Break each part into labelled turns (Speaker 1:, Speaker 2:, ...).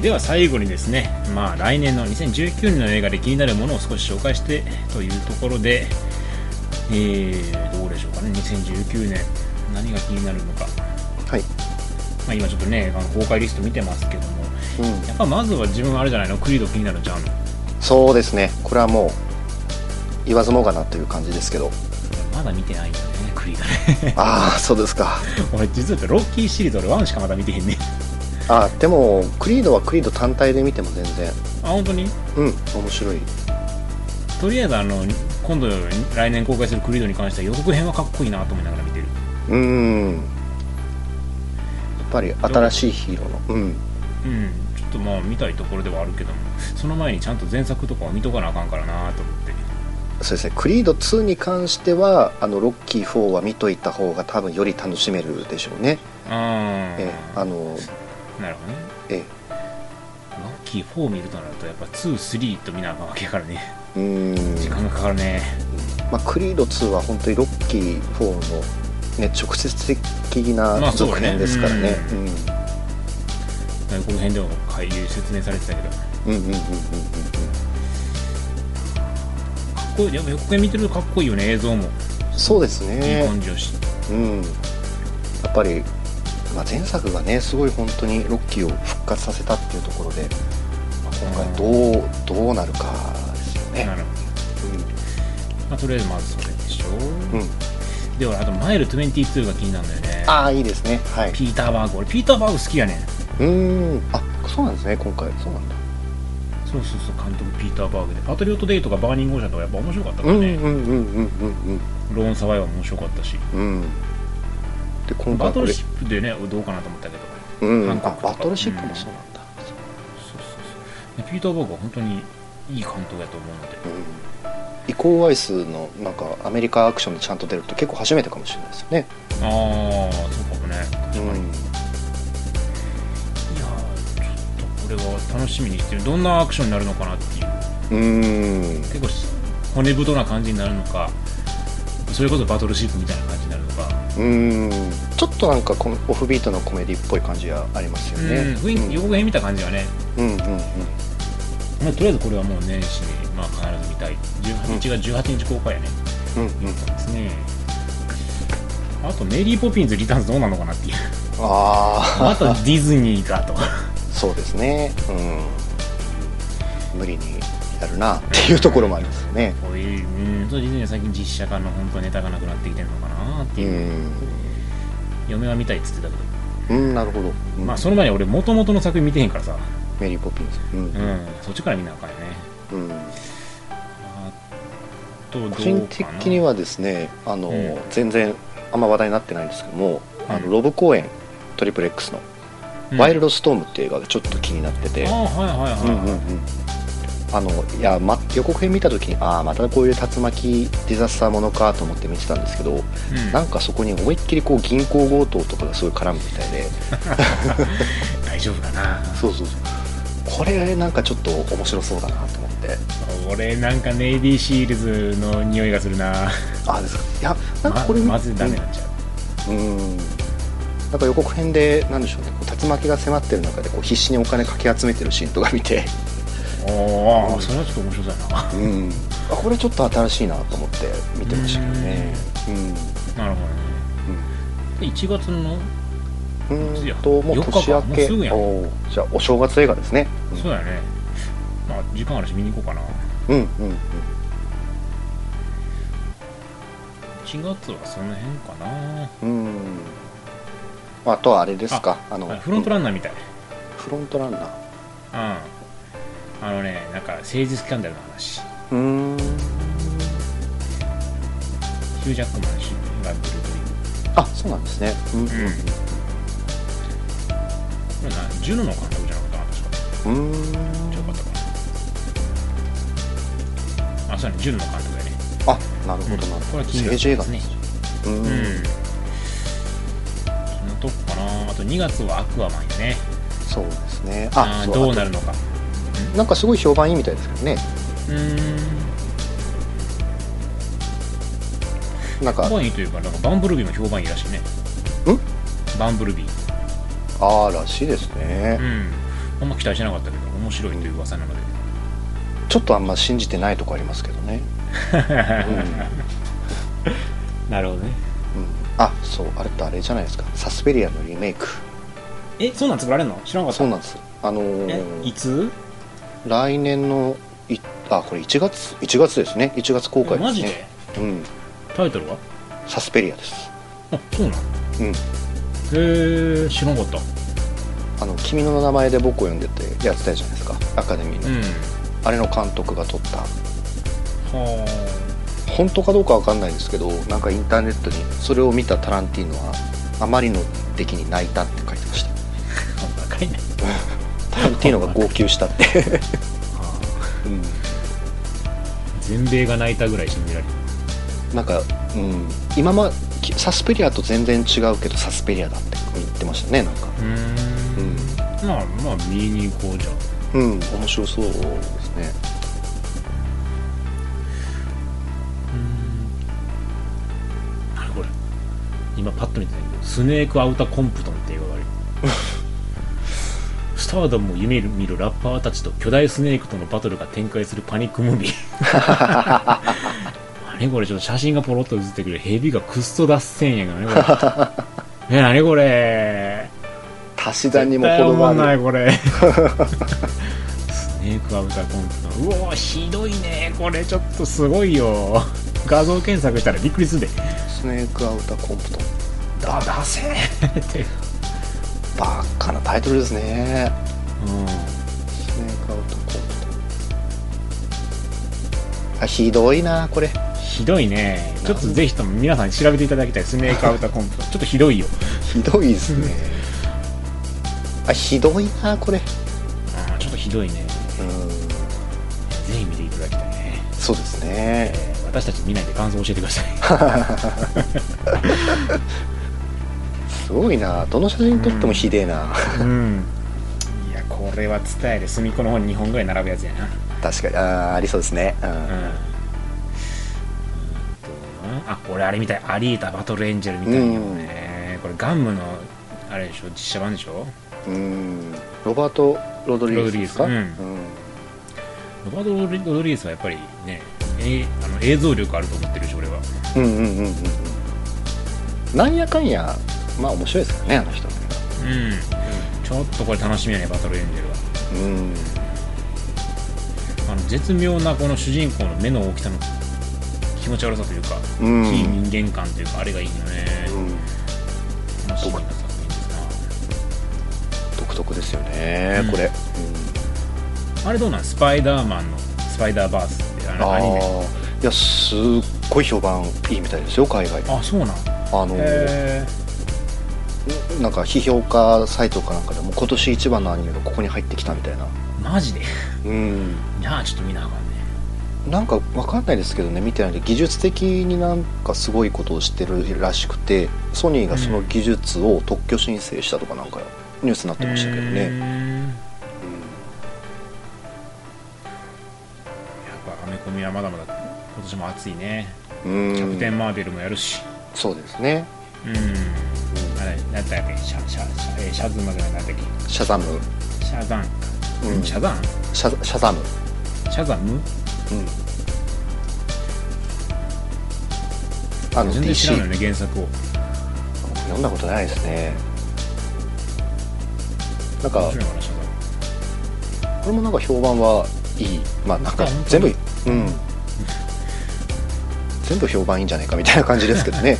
Speaker 1: では最後にですね、まあ、来年の2019年の映画で気になるものを少し紹介してというところで、えーどうでしょうかね2019年何が気になるのか、
Speaker 2: はい、
Speaker 1: まあ、今ちょっとねあの公開リスト見てますけども
Speaker 2: うん、
Speaker 1: やっぱまずは自分あれじゃないのクリード気になるじゃん
Speaker 2: そうですねこれはもう言わずもがなという感じですけど
Speaker 1: まだ見てないんだよねクリー ドね
Speaker 2: ああそうですか
Speaker 1: 俺実はロッキーシリーズ俺1しかまだ見てへんねん
Speaker 2: あーでもクリードはクリード単体で見ても全然
Speaker 1: あ本当に
Speaker 2: うん面白い
Speaker 1: とりあえずあの今度来年公開するクリードに関しては予告編はかっこいいなと思いながら見てる
Speaker 2: うーんやっぱり新しいヒーローのうん
Speaker 1: うんちょっとまあ見たいところではあるけどもその前にちゃんと前作とかは見とかなあかんからなと思って
Speaker 2: そうですねクリード2に関してはあのロッキー4は見といた方が多分より楽しめるでしょうね、
Speaker 1: あ
Speaker 2: ええ
Speaker 1: あ
Speaker 2: あの
Speaker 1: なるほどねロ
Speaker 2: え
Speaker 1: ッキー4見るとなるとやっぱ23と見なあかんわけやからね
Speaker 2: えうーん
Speaker 1: 時間がかかるね
Speaker 2: まあ、クリード2は本当にロッキー4の、ね、直接的
Speaker 1: まあ
Speaker 2: な
Speaker 1: そうね
Speaker 2: 続編ですからね。
Speaker 1: う
Speaker 2: うんん
Speaker 1: この辺でも回遊説明されてたけどか
Speaker 2: うんうんうんうんうん
Speaker 1: っこいいやっぱ予告編見てるとかっこいいよね映像も
Speaker 2: そうです
Speaker 1: いい
Speaker 2: ね、
Speaker 1: 感じよし、
Speaker 2: うん、やっぱり、まあ、前作がねすごい本当にロッキーを復活させたっていうところで、まあ今回どうどうなるかですよね
Speaker 1: な。るほど、まあ、とりあえずまずそれでしょ、
Speaker 2: うんうん、
Speaker 1: ではあとマイル22が気になるんだよね
Speaker 2: ああいいですね。はい、
Speaker 1: ピーター・バーグ俺ピーター・バーグ好きやねん
Speaker 2: うーんあそうなんですね今回そうなんだ。
Speaker 1: そうそうそう監督ピーター・バーグで「パトリオット・デイ」とか「バーニング・オーシャン」とかやっぱ面白かったか
Speaker 2: う
Speaker 1: ら
Speaker 2: んう
Speaker 1: ね
Speaker 2: ん、うんうんうん
Speaker 1: ローン・サバイは面白かったし
Speaker 2: うんうん。で今
Speaker 1: バ
Speaker 2: 回
Speaker 1: ト
Speaker 2: こ
Speaker 1: ル
Speaker 2: れ
Speaker 1: シップでねどうかなと思ったけど
Speaker 2: うん、
Speaker 1: 韓
Speaker 2: あ
Speaker 1: 国とか
Speaker 2: バトルシップもそうなん
Speaker 1: そ
Speaker 2: だ、
Speaker 1: うそうそうでピーター・バーグは本当にいい監督やと思うので
Speaker 2: うんイコーアイスのなんかアメリカアクションでちゃんと出ると結構初めてかもしれないですよね、
Speaker 1: ああそうかもね確かに、いや
Speaker 2: う
Speaker 1: ーちょっとこれは楽しみにしてるどんなアクションになるのかなっていうん
Speaker 2: うん
Speaker 1: 結構し骨太な感じになるのかそれこそバトルシップみたいな感じになるのか、
Speaker 2: うんちょっとなんかこのオフビートのコメディっぽい感じがありますよね、
Speaker 1: うん雰囲気予告編見た感じはね、
Speaker 2: うんうんうん
Speaker 1: まあとりあえずこれはもう年始に、まあ、必ず見たい18日が18日公開やね、
Speaker 2: うん
Speaker 1: う
Speaker 2: うんん、
Speaker 1: ですねあとメリー・ポピンズリターンズどうなのかな っていう
Speaker 2: あ
Speaker 1: あとディズニーかと
Speaker 2: あそうですねうん無理にやるなっていうところもありますよね
Speaker 1: こういううんそうディズニーは最近実写化の本当ネタがなくなってきてるのかなって
Speaker 2: う
Speaker 1: いう、
Speaker 2: ん、
Speaker 1: 嫁は見たいっつってたけど、
Speaker 2: うん、なるほど、うん
Speaker 1: まあその前に俺もともとの作品見てへんからさ、
Speaker 2: メリー・ポピンズ
Speaker 1: う、ん、そっちから見なあかんよね
Speaker 2: うんうん
Speaker 1: あとどうか
Speaker 2: 個
Speaker 1: な
Speaker 2: 人的にはですねあの、
Speaker 1: うん
Speaker 2: 全然あんま話題になってないんですけども、あ
Speaker 1: うん
Speaker 2: のロブ公演トリプル X の
Speaker 1: う
Speaker 2: 「
Speaker 1: ん
Speaker 2: ワイルドストーム」っていう映画がちょっと気になってて、
Speaker 1: ああはいはい
Speaker 2: うん
Speaker 1: はい、
Speaker 2: うんうんあのいや、ま、予告編見た時にああまたこういう竜巻ディザスターものかと思って見てたんですけど
Speaker 1: うん
Speaker 2: なんかそこに思いっきりこう銀行強盗とかがすごい絡むみたいで
Speaker 1: 大丈夫かな
Speaker 2: そうそうそうこれなんかちょっと面白そうだなと思って
Speaker 1: 俺なんかネイビーシールズの匂いがするな
Speaker 2: ああですかいやなんかこれ見
Speaker 1: ままずダメになっちゃう、
Speaker 2: うんなんか予告編でなんでしょうねこう竜巻が迫ってる中でこう必死にお金かき集めてるシーンとか見て、
Speaker 1: お
Speaker 2: う
Speaker 1: お
Speaker 2: ん
Speaker 1: それはちょっと面白そうやな
Speaker 2: うん、あこれちょっと新しいなと思って見てましたけどね
Speaker 1: なるほどねで1月の
Speaker 2: うん、うん、
Speaker 1: いや
Speaker 2: うんともう
Speaker 1: 4日
Speaker 2: 年
Speaker 1: か
Speaker 2: 明
Speaker 1: もう
Speaker 2: け
Speaker 1: すぐやん
Speaker 2: おーじゃあお正月映画ですね
Speaker 1: そうやねまあ時間あるし見に行こうかな
Speaker 2: うんうんうん
Speaker 1: 1月はその辺かな
Speaker 2: うん、うんあとはあれですかあの
Speaker 1: あフロントランナーみたい、
Speaker 2: フロントランナ
Speaker 1: う
Speaker 2: ー
Speaker 1: んあのねなんか政治スキャンダルの話
Speaker 2: うーん
Speaker 1: ヒュージャックマン主演が出るという
Speaker 2: あそうなんですねうん
Speaker 1: これなジュノの監督じゃなかったかな確か
Speaker 2: うんうーん
Speaker 1: 違うかったかなあそうやねジュノの監督やね
Speaker 2: あなるほどなる
Speaker 1: こ
Speaker 2: ほ
Speaker 1: れ
Speaker 2: ど、
Speaker 1: は気になる
Speaker 2: 政治映画
Speaker 1: ね
Speaker 2: うん、
Speaker 1: うんそのとこかなあと2月はアクアマンやね
Speaker 2: そうですね
Speaker 1: あ
Speaker 2: あ
Speaker 1: ー
Speaker 2: そう
Speaker 1: どうなるのか
Speaker 2: なんかすごい評判いいみたいですけどね、
Speaker 1: うー
Speaker 2: なんか
Speaker 1: ん、評判いいというかなんかバンブルビーも評判いいらしいね
Speaker 2: ん
Speaker 1: バンブルビー
Speaker 2: あーらしいですね
Speaker 1: う、んあんま期待してなかったけど面白いという噂なので、
Speaker 2: ちょっとあんま信じてないとこありますけどね、
Speaker 1: なるほどね
Speaker 2: うん、あそうあれとあれじゃないですかサスペリアのリメイク
Speaker 1: えそんなん作られるの知らなかった
Speaker 2: そうなんですあの
Speaker 1: え
Speaker 2: ー
Speaker 1: いつ
Speaker 2: 来年のいあこれ1月1月ですね1月公開
Speaker 1: マジ
Speaker 2: です
Speaker 1: で
Speaker 2: ねうん
Speaker 1: タイトルは
Speaker 2: サスペリアです
Speaker 1: あそうなの
Speaker 2: うん
Speaker 1: へえ知らなかった
Speaker 2: あの「君の名前で僕を呼んで」ってやってたじゃないですかアカデミーの、
Speaker 1: うん
Speaker 2: あれの監督が撮った
Speaker 1: は
Speaker 2: 本当かどうかわかんないんですけどなんかインターネットにそれを見たタランティーノはあまりの出来に泣いたって書いてました
Speaker 1: あ若いね
Speaker 2: タランティーノが号泣したって、 うん
Speaker 1: 全米が泣いたぐらい信じられる
Speaker 2: なんか、うん、今まきサスペリアと全然違うけどサスペリアだって言ってましたねなんか
Speaker 1: うーんまあまあ見に行こうじゃん
Speaker 2: うん、うん、面白そうですね
Speaker 1: あれこれ今パッと見てないけどスネーク・アウター・コンプトンって映画があるスターダムを夢見るラッパーたちと巨大スネークとのバトルが展開するパニックムービー何これちょっと写真がポロッと映ってくるヘビがクッソ脱線やけどねこれえ何これ
Speaker 2: 足し算にも
Speaker 1: 絶対
Speaker 2: 程
Speaker 1: 思
Speaker 2: があ
Speaker 1: んな
Speaker 2: る
Speaker 1: いこ れスネークアウターコンプのうおーひどいねこれちょっとすごいよ画像検索したらびっくりするで
Speaker 2: スネークアウターコンプトン
Speaker 1: だだせーって
Speaker 2: バッカなタイトルですね
Speaker 1: う
Speaker 2: スネークアウターコンプトンあひどいなこれ
Speaker 1: んひどいねちょっとぜひとも皆さん調べていただきたいスネークアウターコンプちょっとひどいよ、
Speaker 2: ひどいですねあひどいなこれ
Speaker 1: うん、ちょっとひどいね
Speaker 2: うん
Speaker 1: ぜひ見ていただきたいね、
Speaker 2: そうです
Speaker 1: え
Speaker 2: ね
Speaker 1: ー私たち見ないで感想を教えてください
Speaker 2: すごいなどの写真撮ってもひでえな、
Speaker 1: うん いやこれは伝えで隅っこの方に2本ぐらい並ぶやつやな
Speaker 2: 確かにあーありそうですね、うん
Speaker 1: うんうんあ俺あれみたいアリータバトルエンジェルみたいなね、これガンムのあれでしょ実写版でしょ
Speaker 2: うんロバート・ロドリゲスですか
Speaker 1: ロドリゲスうロバート・ロドリゲスはやっぱりねえあの映像力あると思ってるし俺は
Speaker 2: うんうんうんうんうんなんやかんやまあ面白いですからねあの人ね
Speaker 1: うんちょっとこれ楽しみやねバトルエンジェルは
Speaker 2: うん
Speaker 1: あの絶妙なこの主人公の目の大きさの気持ち悪さというか、
Speaker 2: うん
Speaker 1: 非人間感というかあれがいいよね、楽しみな作品です
Speaker 2: 独特ですよね、
Speaker 1: うん
Speaker 2: これ、
Speaker 1: なあれどうなんスパイダーマンのスパイダーバースってあ
Speaker 2: あ
Speaker 1: の
Speaker 2: あ
Speaker 1: アニメ
Speaker 2: ーいやすっごい評判いいみたいですよ海外あ
Speaker 1: あそうなん
Speaker 2: の
Speaker 1: へ
Speaker 2: なんか批評家サイトかなんかでも今年一番のアニメがここに入ってきたみたいな
Speaker 1: ーマジで
Speaker 2: うん
Speaker 1: いやーちょっと見なあかんね
Speaker 2: なんかわかんないですけどね見てないんで技術的になんかすごいことをしてるらしくてソニーがその技術を特許申請したとかなんかニュースになってましたけど
Speaker 1: うー
Speaker 2: ね、
Speaker 1: んやっぱアメコミはまだまだ今年も暑いね
Speaker 2: うん、
Speaker 1: キャプテンマーベルもやるし
Speaker 2: そうですね
Speaker 1: うんあれ何だっけシャシャシャえーシャズマじゃない何だっけ
Speaker 2: シャザム、
Speaker 1: シャザンか、
Speaker 2: うん
Speaker 1: シャザン
Speaker 2: シャシャザム、
Speaker 1: シャザム
Speaker 2: うん、あの
Speaker 1: 全然知らな
Speaker 2: DC
Speaker 1: いよね原作を
Speaker 2: 読んだことないですねなんか
Speaker 1: 面白いのかなシャザ
Speaker 2: これもなんか評判はいいまあなんか
Speaker 1: あ本当
Speaker 2: 全部うん全部評判いいんじゃないかみたいな感じですけど ね
Speaker 1: ン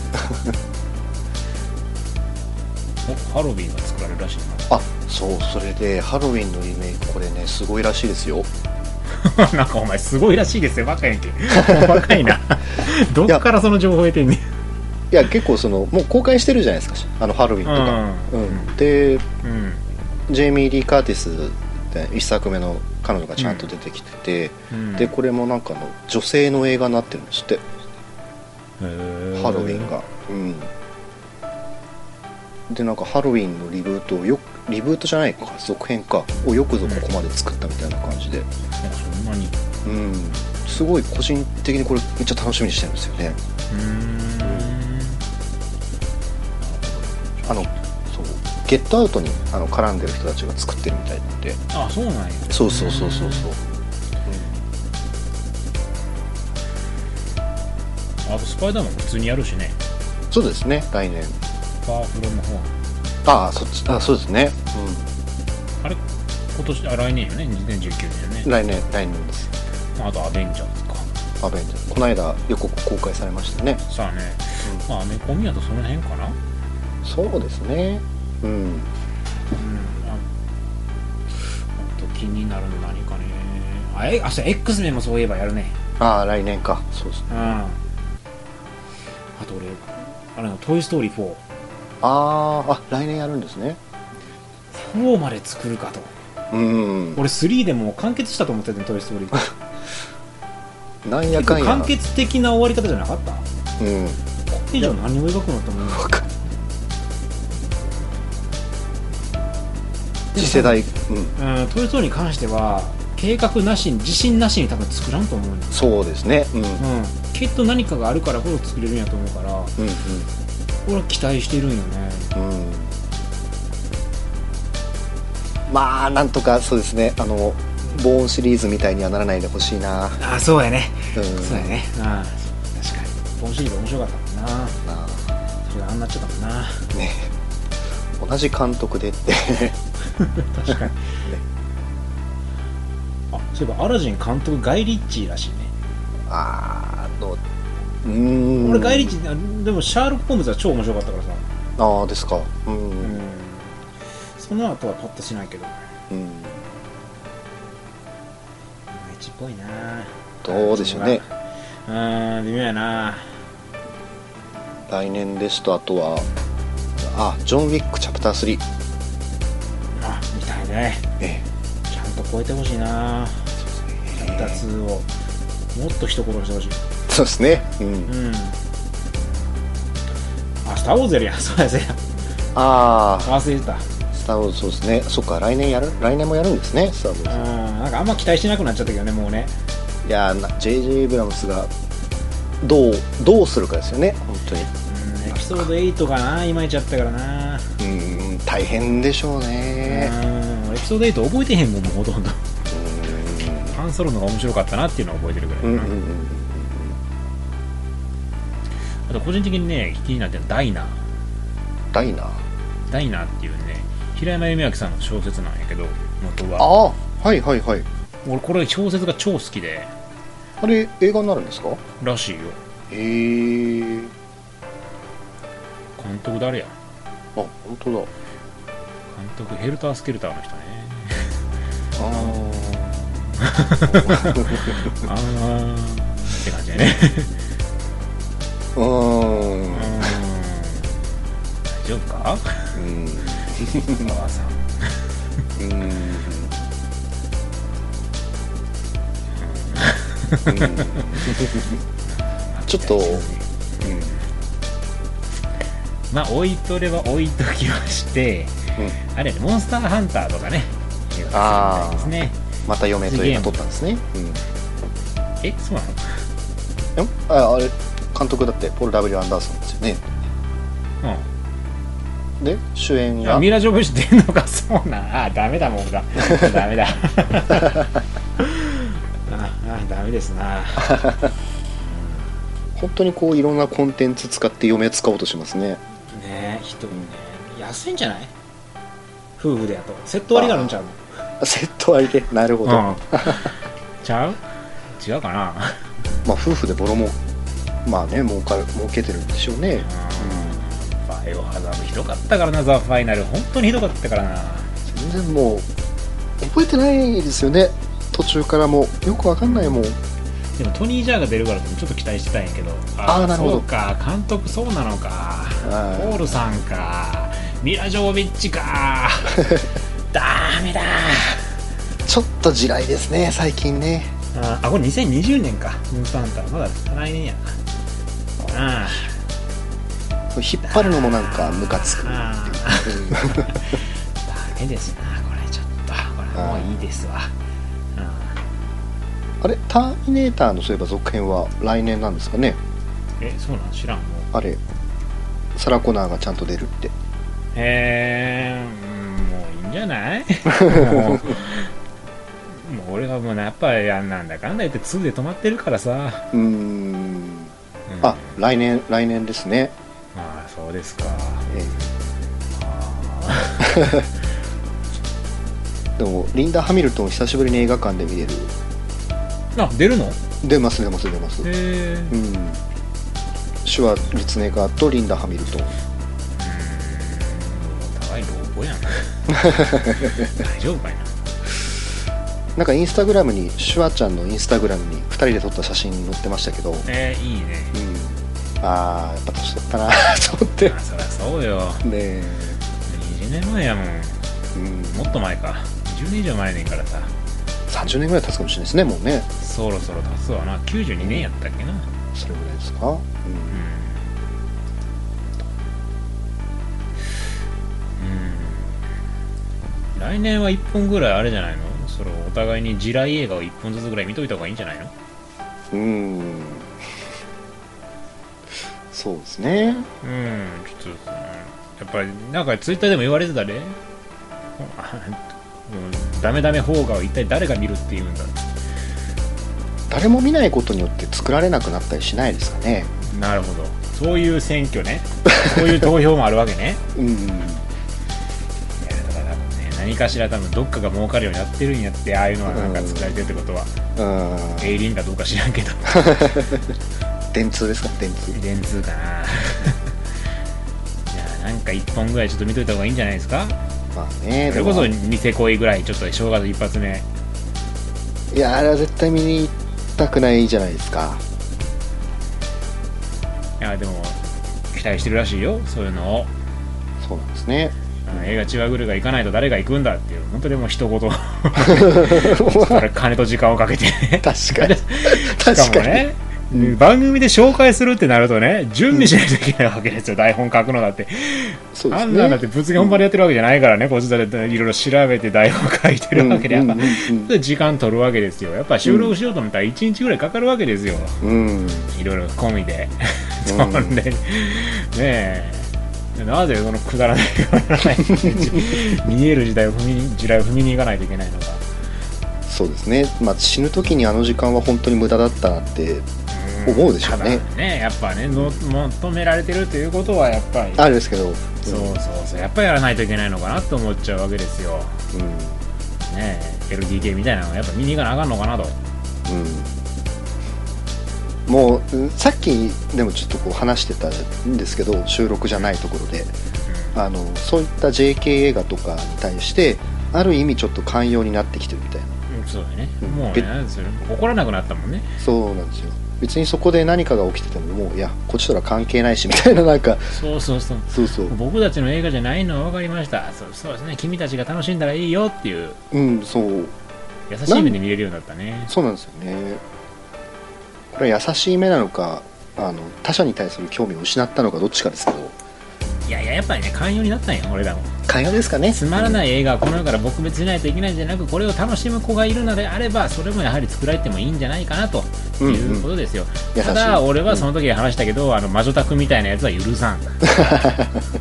Speaker 1: おハロウィンが作られるらしい
Speaker 2: あそうそれでハロウィンのリメイクこれねすごいらしいですよ
Speaker 1: な なんかお前すごいらしいですよバカやんけバカいな どっからその情報得てんねん
Speaker 2: いや結構そのもう公開してるじゃないですかあのハロウィンとか、うんで
Speaker 1: うん
Speaker 2: ジェイミー・リー・カーティスって1作目の彼女がちゃんと出てきてて、
Speaker 1: うん
Speaker 2: でこれもなんかあの女性の映画になってるんですって
Speaker 1: ハ
Speaker 2: ハロウィンが、うん、でなんかハロウィンのリブートをよくリブートじゃないか続編かをよくぞここまで作ったみたいな感じで、
Speaker 1: そんなにう
Speaker 2: うん、すごい個人的にこれめっちゃ楽しみにしてるんですよね
Speaker 1: ーん
Speaker 2: あのそうゲットアウトにあの絡んでる人たちが作ってるみたいなんで
Speaker 1: あそうなんや
Speaker 2: そうそうそうそうそう
Speaker 1: あとスパイダーマンも普通にやるしね
Speaker 2: そうですね来年
Speaker 1: パワーフルの方
Speaker 2: ああそっちあそうですね、
Speaker 1: あれ今年あ来年よね2019年
Speaker 2: うん、
Speaker 1: よね
Speaker 2: 来年来年です
Speaker 1: あとアベンジャーズか
Speaker 2: アベンジャーズこの間予告公開されましたね、
Speaker 1: さあねまあアメコミやとその辺かな
Speaker 2: そうですねうん
Speaker 1: うんああと気になるの何かねあえあそう X メンもそういえばやるね
Speaker 2: ああ来年かそうですね
Speaker 1: うんあと俺あれの「トイ・ストーリー4」
Speaker 2: あーあ来年やるんですね
Speaker 1: 4まで作るかと
Speaker 2: うん
Speaker 1: 俺3でもう完結したと思ってたの「トイ・ストーリー4」
Speaker 2: なんや
Speaker 1: 結
Speaker 2: かん
Speaker 1: 構
Speaker 2: や
Speaker 1: 完結的な終わり方じゃなかった
Speaker 2: うん
Speaker 1: これ以上何を描くのと思う
Speaker 2: わかん次世代うん
Speaker 1: うん、トイ・ストーリーに関しては計画なしに自信なしに多分作らんと思うんです、
Speaker 2: そうですねうんうん
Speaker 1: うん、きっと何かがあるからこそ作れるんやと思うから俺は期待してるんよね
Speaker 2: うんうんまあなんとかそうですねあのボーンシリーズみたいにはならないでほしいな
Speaker 1: ああそうやね
Speaker 2: うん
Speaker 1: そうやねああ確かに今シリーズ面白かったもんな
Speaker 2: な
Speaker 1: それがあんなっちゃったもんな
Speaker 2: あね同じ監督でって
Speaker 1: 確かに あそういえばアラジン監督ガイ・リッチーらしいね
Speaker 2: あーあのうーん
Speaker 1: 俺ガイ・リッチーあでもシャーロック・ホームズは超面白かったからさ
Speaker 2: ああですかうん、
Speaker 1: う
Speaker 2: うん
Speaker 1: んその後はパッとしないけど毎日っぽいな
Speaker 2: どうでしょうね
Speaker 1: うーん微妙やな
Speaker 2: 来年ですとあとはあジョン・ウィックチャプター3
Speaker 1: あみたいね
Speaker 2: え
Speaker 1: ちゃんと超えてほしいなチャプター2をもっと人殺してほしい
Speaker 2: えそうですねうん
Speaker 1: うんあスター・ウォーズやるやん そうやそうや
Speaker 2: あ
Speaker 1: 忘れてた
Speaker 2: あスター・ウォーズそうですねそっか来年やる来年もやるんですねスター・ウォーズ
Speaker 1: うんなんかあんま期待しなくなっちゃったけどねもうね
Speaker 2: いやーな JJ エイブラムスがどうどうするかですよね本当に
Speaker 1: うんエピソード8がないまいちゃったからな
Speaker 2: うん大変でしょうね
Speaker 1: うんエピソード8覚えてへんもんもうほとんど ハンソロのが面白かったなっていうのは覚えてるぐらい、
Speaker 2: うんうんうんうん
Speaker 1: あと個人的にね気になってるのはダイナー
Speaker 2: ダイナー
Speaker 1: ダイナーっていうね平山弓明さんの小説なんやけど元
Speaker 2: あ
Speaker 1: は
Speaker 2: あはいはいはい
Speaker 1: 俺これ小説が超好きで
Speaker 2: あれ映画になるんですから
Speaker 1: しいよ
Speaker 2: へえ
Speaker 1: 監督誰や
Speaker 2: あ本当だ
Speaker 1: 監督ヘルター・スケルター の人ね
Speaker 2: あ
Speaker 1: あーって感じやね
Speaker 2: あ
Speaker 1: う
Speaker 2: う
Speaker 1: ーん
Speaker 2: ん
Speaker 1: 大丈夫か
Speaker 2: うん
Speaker 1: お母さん
Speaker 2: うんうんちょっと
Speaker 1: まあ置いとれば置いときましてあれやねモンスターハンターとかね
Speaker 2: あー
Speaker 1: ですね
Speaker 2: また嫁と映画撮ったんですね、うん
Speaker 1: えそうなの
Speaker 2: えああれ監督だってポール・ W ・アンダーソンですよね
Speaker 1: う
Speaker 2: で主演
Speaker 1: ん、あ
Speaker 2: が
Speaker 1: ミラ・ジョブシ出んのか そうなんあダメだもんか ダメだああダメですな
Speaker 2: 本当にこういろんなコンテンツ使って嫁使おうとしますね
Speaker 1: ねえ人ね安いんじゃない夫婦でやとセット割りがあるんちゃうの
Speaker 2: あセット割りでなるほど、まあ、
Speaker 1: ちゃう違うかな
Speaker 2: 夫婦でボロもまあね儲かる儲けてるんでしょうね
Speaker 1: バイオハザードひどかったからなザ・ファイナル本当にひどかったからな
Speaker 2: 全然もう覚えてないですよね途中からもうよくわかんないもん
Speaker 1: でもトニー・ジャーが出るからってちょっと期待してたんやけど
Speaker 2: あーなるほど
Speaker 1: そうか監督そうなのか
Speaker 2: あー
Speaker 1: ポールさんかミラ・ジョービッチ かダメだ
Speaker 2: ちょっと地雷ですね最近ね
Speaker 1: あーあこれ2020年かモンスターハンターまだ再来年やなあ
Speaker 2: 引っ張るのもなんかムカつく、
Speaker 1: あダメですなこれちょっとこれもういいですわうん
Speaker 2: あれターミネーターのそういえば続編は来年なんですかね
Speaker 1: えそうなん知らんもう
Speaker 2: あれサラ・コナーがちゃんと出るって
Speaker 1: へえもういいんじゃないもうもう俺はもうなやっぱりあなんだかんだ言って2で止まってるからさ、
Speaker 2: うーん
Speaker 1: うん
Speaker 2: あ来年来年ですね
Speaker 1: まあそうですか
Speaker 2: え
Speaker 1: あ
Speaker 2: ーでもリンダ・ハミルトンを久しぶりに映画館で見れる
Speaker 1: ーあ出るのへ
Speaker 2: 出ます出ます出ますうん
Speaker 1: え
Speaker 2: 手話ルツネガーとリンダ・ハミルトン
Speaker 1: お互い老後やん大丈夫かいな
Speaker 2: なんかインスタグラムにシュワちゃんのインスタグラムに2人で撮った写真載ってましたけど、うん、
Speaker 1: えー、いいね
Speaker 2: ああやっぱ年取ったな と思ってね
Speaker 1: あそりゃそうよ
Speaker 2: え
Speaker 1: 20年前やもんも
Speaker 2: うん
Speaker 1: っと前か10年以上前ねんからさ
Speaker 2: 30年ぐらい経つかもしれないですねもうね
Speaker 1: そろそろ経つわな92年やったっけなう
Speaker 2: それぐらいですか、うん
Speaker 1: んうん来年は1本ぐらいあれじゃないのそれお互いに地雷映画を1本ずつぐらい見といた方がいいんじゃないの
Speaker 2: うーんそうですね
Speaker 1: うんちょっとうんやっぱりなんかツイッターでも言 われてたねあうんダメダメ邦画を一体誰が見るっていうんだ
Speaker 2: 誰も見ないことによって作られなくなったりしないですかね
Speaker 1: なるほどそういう選挙ねそういう投票もあるわけね
Speaker 2: うん
Speaker 1: いやだから多分ね何かしら多分どっかが儲かるようになってるんやってああいうのはなんか作られてるってことは
Speaker 2: うん
Speaker 1: エイリンかどうか知ら んけど
Speaker 2: 電通ですか電通
Speaker 1: 電通かな いやなんか1本ぐらいちょっと見といた方がいいんじゃないですか
Speaker 2: まあね
Speaker 1: それこそ
Speaker 2: でも
Speaker 1: ニセ恋ぐらいちょっと正月一発目
Speaker 2: いやあれは絶対見に行きたくないじゃないですか
Speaker 1: いやでも期待してるらしいよそういうのを
Speaker 2: そうなんですね
Speaker 1: あの映画「チワグル」が行かないと誰が行くんだっていう本当にもう 一言それ金と時間をかけてね
Speaker 2: 確か に
Speaker 1: し
Speaker 2: 確
Speaker 1: か
Speaker 2: か
Speaker 1: も
Speaker 2: に
Speaker 1: ね、番組で紹介するってなるとね準備しないといけないわけですよ、台本書くのだって、
Speaker 2: そうで
Speaker 1: あ
Speaker 2: す
Speaker 1: んな
Speaker 2: ね
Speaker 1: んだってぶっつけ本番でやってるわけじゃないからね、こっちだっていろいろ調べて台本書いてるわけで、やっぱ、
Speaker 2: うんうんうんうん
Speaker 1: で時間取るわけですよやっぱ収録しようと思ったら1日ぐらいかかるわけですよ、
Speaker 2: うん
Speaker 1: いろいろ込みで
Speaker 2: うん
Speaker 1: そんで、ねえでなぜそのくだらないくだらない 見える時代を踏みに地雷を踏みに行かないといけないのか
Speaker 2: そうですね、まあ、死ぬ時にあの時間は本当に無駄だったなって思うでしょう
Speaker 1: た
Speaker 2: ね
Speaker 1: だねやっぱねの求められてるということはやっぱり
Speaker 2: あるですけど
Speaker 1: そうそうそうやっぱりやらないといけないのかなと思っちゃうわけですよ
Speaker 2: うん、うん
Speaker 1: ねえ LDK みたいなのはやっぱ見に行かなあかんのかなと
Speaker 2: うん、もううんさっきでもちょっとこう話してたんですけど収録じゃないところであのそういった JK 映画とかに対してある意味ちょっと寛容になってきてるみたいな
Speaker 1: うんそうだね
Speaker 2: うん
Speaker 1: もうね
Speaker 2: べ
Speaker 1: なんですよ怒らなくなったもんね
Speaker 2: そうなんですよ別にそこで何かが起きててももういやこっちとら関係ないしみたいななんか
Speaker 1: そうそうそう
Speaker 2: そうそう
Speaker 1: 僕たちの映画じゃないのは分かりましたそうそうですね君たちが楽しんだらいいよっていう
Speaker 2: うんそう
Speaker 1: 優しい目で見れるようになったね
Speaker 2: そうなんですよねこれは優しい目なのかあの他者に対する興味を失ったのかどっちかですけど
Speaker 1: いやいややっぱりね寛容になったんよ俺らも
Speaker 2: 寛容ですかね、
Speaker 1: つまらないい映画はこの世から撲滅しないといけないんじゃなくこれを楽しむ子がいるのであればそれもやはり作られてもいいんじゃないかなと
Speaker 2: うんうん
Speaker 1: いうことですよ、
Speaker 2: 優しい
Speaker 1: ただ俺はその時で話したけど、あの魔女宅みたいなやつは許さん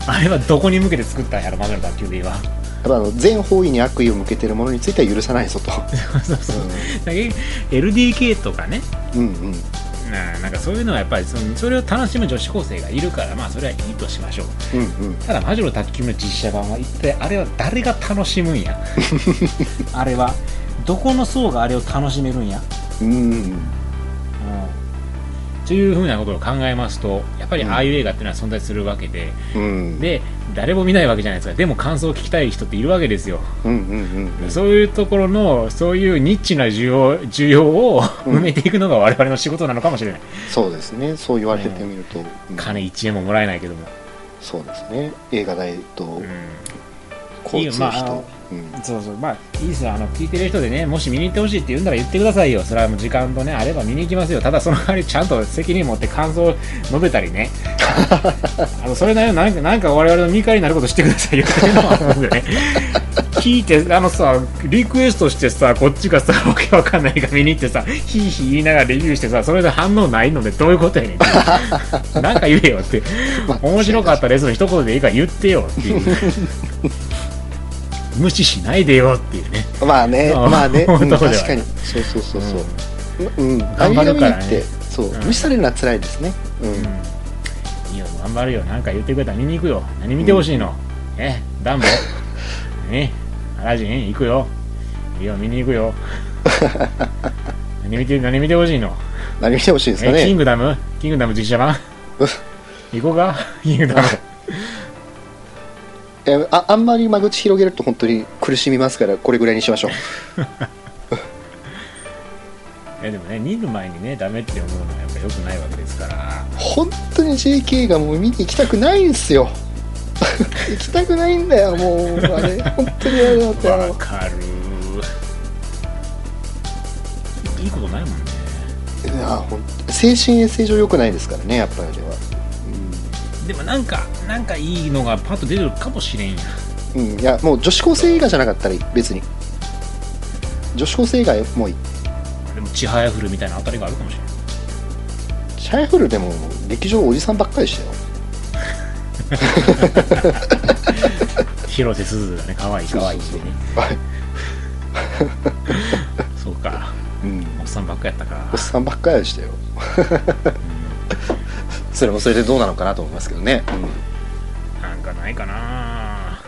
Speaker 1: あれはどこに向けて作ったんやろ魔女の宅急便は
Speaker 2: やっぱあの全方位に悪意を向けてるものについては許さないぞ と
Speaker 1: そうそう、だけど LDK とかね
Speaker 2: うんうん
Speaker 1: ななんかそういうのはやっぱりそのそれを楽しむ女子高生がいるからまあそれはいいとしましょう
Speaker 2: うんうん
Speaker 1: ただ魔女の宅急便の実写版は一体あれは誰が楽しむんや あれはどこの層があれを楽しめるんや
Speaker 2: うんうん
Speaker 1: うんというふうなことを考えますとやっぱりああいう映画っていうのは存在するわけで、
Speaker 2: うん
Speaker 1: で誰も見ないわけじゃないですかでも感想を聞きたい人っているわけですよ、
Speaker 2: うんうんうん
Speaker 1: そういうところのそういうニッチな需要需要を埋めていくのが我々の仕事なのかもしれない、
Speaker 2: そうですねそう言われてみると、うん
Speaker 1: 金1円ももらえないけども、
Speaker 2: そうですね映画代と
Speaker 1: うん、いい
Speaker 2: 交
Speaker 1: よ
Speaker 2: 通
Speaker 1: ま
Speaker 2: 費
Speaker 1: あ
Speaker 2: と、うん
Speaker 1: そうそうまあいいですよあの聞いてる人でねもし見に行ってほしいって言うんなら言ってくださいよそれはもう時間とねあれば見に行きますよただその代わりちゃんと責任持って感想を述べたりねあのそれなりのなんかなんか我々の見返りになることしてくださいよっていうのは思うんでね聞いてあのさリクエストしてさこっちがさ わけわかんないから見に行ってさヒーヒー言いながらレビューしてさそれで反応ないのでどういうことやねんっていうなんか言えよって
Speaker 2: まあ
Speaker 1: 面白かったですの一言でいいから言ってよっていう無視しないでよっていうね
Speaker 2: ま あね
Speaker 1: ああ
Speaker 2: まあね、
Speaker 1: 本
Speaker 2: うん
Speaker 1: 当だよ
Speaker 2: 確かにそうそうそうそううん、
Speaker 1: 頑張るからね
Speaker 2: アニメ見に行ってそう、
Speaker 1: ん
Speaker 2: 無視されるのは辛いですねうん、
Speaker 1: いいよ頑張るよなんか言ってくれたら見に行くよ何見てほしいの、えダンボねアラジン行くよいいよ見に行くよ何見て何見てほしいの
Speaker 2: 何見てほしいんですか
Speaker 1: えキン
Speaker 2: ね
Speaker 1: グダムキングダム実写 版行こうかキングダム
Speaker 2: えああんまり間口広げると本当に苦しみますからこれぐらいにしましょう
Speaker 1: いやでもね見る前にねダメって思うのはやっぱ良くないわけですから
Speaker 2: 本当に JK がもう見に行きたくないんですよ 行きたくないんだよもうあれ本当にあれだった
Speaker 1: わかるいいことないもんね
Speaker 2: いや本当精神衛生上良くないですからねやっぱりあれは
Speaker 1: でもなんかなんかいいのがパッと出てるかもしれんや
Speaker 2: うん、うんいやもう女子高生映画じゃなかったらいい別に女子高生映画もういい
Speaker 1: でもちはやふるみたいなあたりがあるかもしれない
Speaker 2: シャイフルでも劇場おじさんばっかりでしたよ
Speaker 1: 広瀬すずがね可愛い可愛いってね
Speaker 2: はい
Speaker 1: そうか
Speaker 2: うん
Speaker 1: おっさんばっかやったか
Speaker 2: おっさんばっかりでしたよそれもそれでどうなのかなと思いますけどね、
Speaker 1: なんかないかな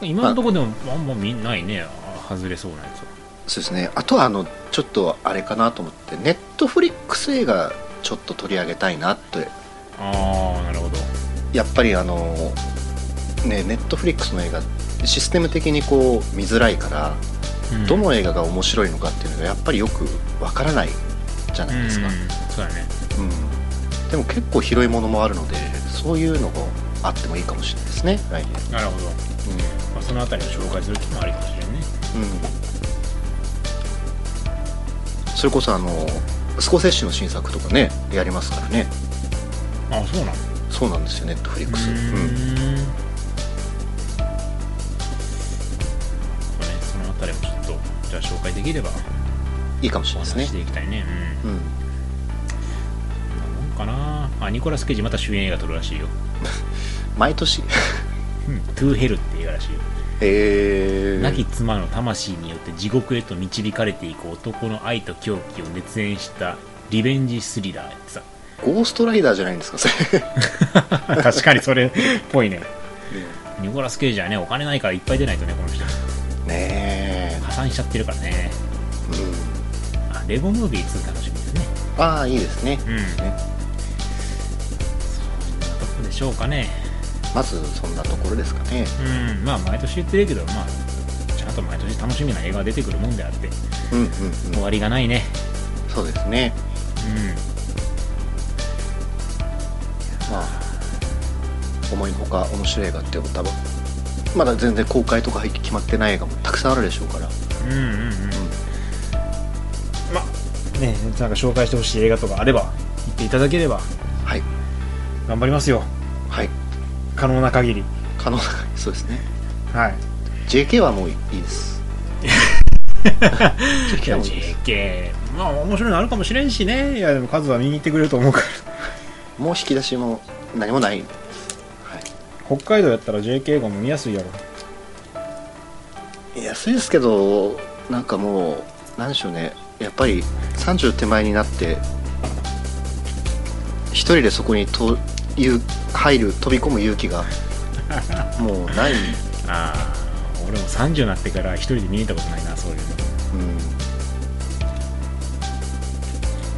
Speaker 1: 今のとこでもあんま見ないね外れそうなやつは
Speaker 2: そうですねあとはあのちょっとあれかなと思ってネットフリックス映画ちょっと取り上げたいなって
Speaker 1: ああなるほど
Speaker 2: やっぱりあのねネットフリックスの映画システム的にこう見づらいから、
Speaker 1: うん
Speaker 2: どの映画が面白いのかっていうのがやっぱりよくわからないじゃ
Speaker 1: う
Speaker 2: ない
Speaker 1: ん
Speaker 2: ですか、
Speaker 1: そうだね
Speaker 2: うんでも結構広いものもあるのでそういうのがあってもいいかもしれないですね来年、
Speaker 1: なるほど、まあ、そのあたりを紹介するっていうのもありかもしれんね
Speaker 2: うん、それこそあのスコセッシュの新作とかねやりますからね
Speaker 1: ああそうなの
Speaker 2: そうなんですよネットフリックス
Speaker 1: う
Speaker 2: うん
Speaker 1: んそうねそのあたりもちょっとじゃあ紹介できれば
Speaker 2: いいかもし
Speaker 1: お
Speaker 2: れな
Speaker 1: 話
Speaker 2: いで
Speaker 1: しし
Speaker 2: す
Speaker 1: て
Speaker 2: ね
Speaker 1: いきたいね
Speaker 2: うん
Speaker 1: うんそんなもんかなあニコラス・ケイジまた主演映画撮るらしいよ
Speaker 2: 毎年
Speaker 1: 「うん、トゥーヘル」って映画らしいよ、
Speaker 2: えー、
Speaker 1: 亡き妻の魂によって地獄へと導かれていく男の愛と狂気を熱演したリベンジスリラーやってさ
Speaker 2: ゴーストライダーじゃないんですかそれ、
Speaker 1: 確かにそれっぽいねニコラス・ケイジはねお金ないからいっぱい出ないとねこの人
Speaker 2: ねえ、
Speaker 1: 破産しちゃってるからね
Speaker 2: うん、
Speaker 1: あレゴムービー2楽しみですね
Speaker 2: ああいいですね、
Speaker 1: うん
Speaker 2: ね
Speaker 1: どこでしょうかね
Speaker 2: まずそんなところですかね
Speaker 1: うんまあ毎年言ってるけどまあちゃんと毎年楽しみな映画が出てくるもんであって
Speaker 2: うんうんうん
Speaker 1: 終わりがないね
Speaker 2: そうですね
Speaker 1: う
Speaker 2: まあ思いのほか面白い映画って多分まだ全然公開とか入って決まってない映画もたくさんあるでしょうから
Speaker 1: んうんうんうんまあねなんか紹介してほしい映画とかあれば言っていただければ
Speaker 2: はい
Speaker 1: 頑張りますよ
Speaker 2: はい
Speaker 1: 可能な限り
Speaker 2: 可能な限りそうですね
Speaker 1: はい
Speaker 2: JK はもういいです JK はもういいです
Speaker 1: JK まあ面白いのあるかもしれんしねいやでもカズは見に行ってくれると思うから
Speaker 2: もう引き出しも何もない、は
Speaker 1: 北海道やったら JK がも見やすいやろ
Speaker 2: い、安いですけどなんかもう何でしょうねやっぱり30手前になって一人でそこにという入る飛び込む勇気 がもうない
Speaker 1: ああ俺も30になってから一人で見に行ったことないなそういうの
Speaker 2: うん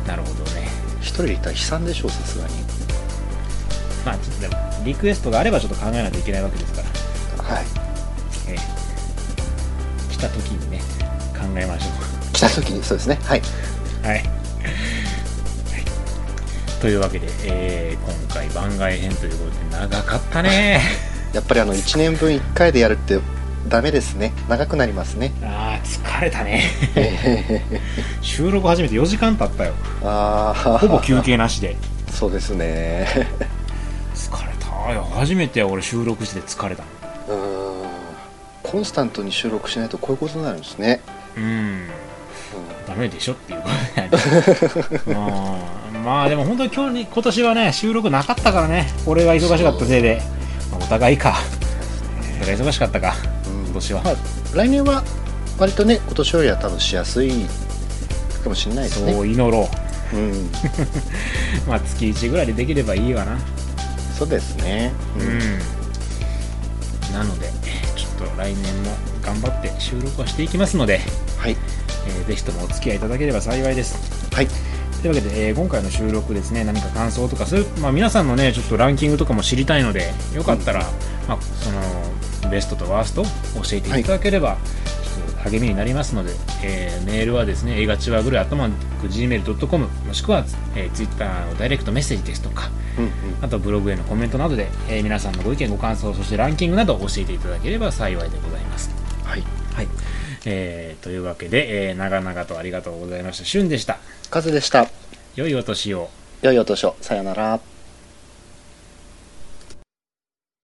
Speaker 1: なるほどね
Speaker 2: 一人でいたら悲惨でしょうさすがに
Speaker 1: まあちょっとでもリクエストがあればちょっと考えないといけないわけですから、
Speaker 2: はい
Speaker 1: ええ来た時にね考えましょ
Speaker 2: 来た時にそうですねはい
Speaker 1: うはい、はい、というわけで、えー今回番外編ということで長かったね
Speaker 2: やっぱりあの1年分1回でやるってダメですね長くなりますね
Speaker 1: ああ疲れたね収録始めて4時間経ったよ
Speaker 2: ああ
Speaker 1: ほぼ休憩なしで
Speaker 2: そうですね
Speaker 1: 疲れたよ初めて俺収録して疲れた
Speaker 2: うーんコンスタントに収録しないとこういうことになるんですね、
Speaker 1: うん
Speaker 2: う
Speaker 1: ダメでしょっていうことに なりまあでも本当に今日に今年はね収録なかったからね俺が忙しかったせいで、まあお互いかお互い忙しかったか
Speaker 2: ん
Speaker 1: 今年は、
Speaker 2: まあ、来年は割とね今年よりは多分しやすいかもしれないですね
Speaker 1: そう祈ろ
Speaker 2: そう,、ん、
Speaker 1: うまあ月1ぐらいでできればいいわな
Speaker 2: そうですね、
Speaker 1: う
Speaker 2: うん
Speaker 1: んなのでちょっと来年も頑張って収録はしていきますので、
Speaker 2: はい
Speaker 1: えー、ぜひともお付き合いいただければ幸いです
Speaker 2: はい
Speaker 1: というわけで、えー今回の収録ですね何か感想とかそういう、まあ、皆さんのねちょっとランキングとかも知りたいのでよかったら、まあ、そのベストとワーストを教えていただければ、ちょっと励みになりますので、えーメールはですね映画チワグルアットマーク Gmail.com もしくは、えー、Twitter のダイレクトメッセージですとか
Speaker 2: うんうん
Speaker 1: あとブログへのコメントなどで、えー皆さんのご意見ご感想そしてランキングなどを教えていただければ幸いでございます
Speaker 2: はい
Speaker 1: はい、えーというわけで、えー長々とありがとうございましたしゅんでした
Speaker 2: カズでした
Speaker 1: 良いお年を
Speaker 2: 良いお年をさよなら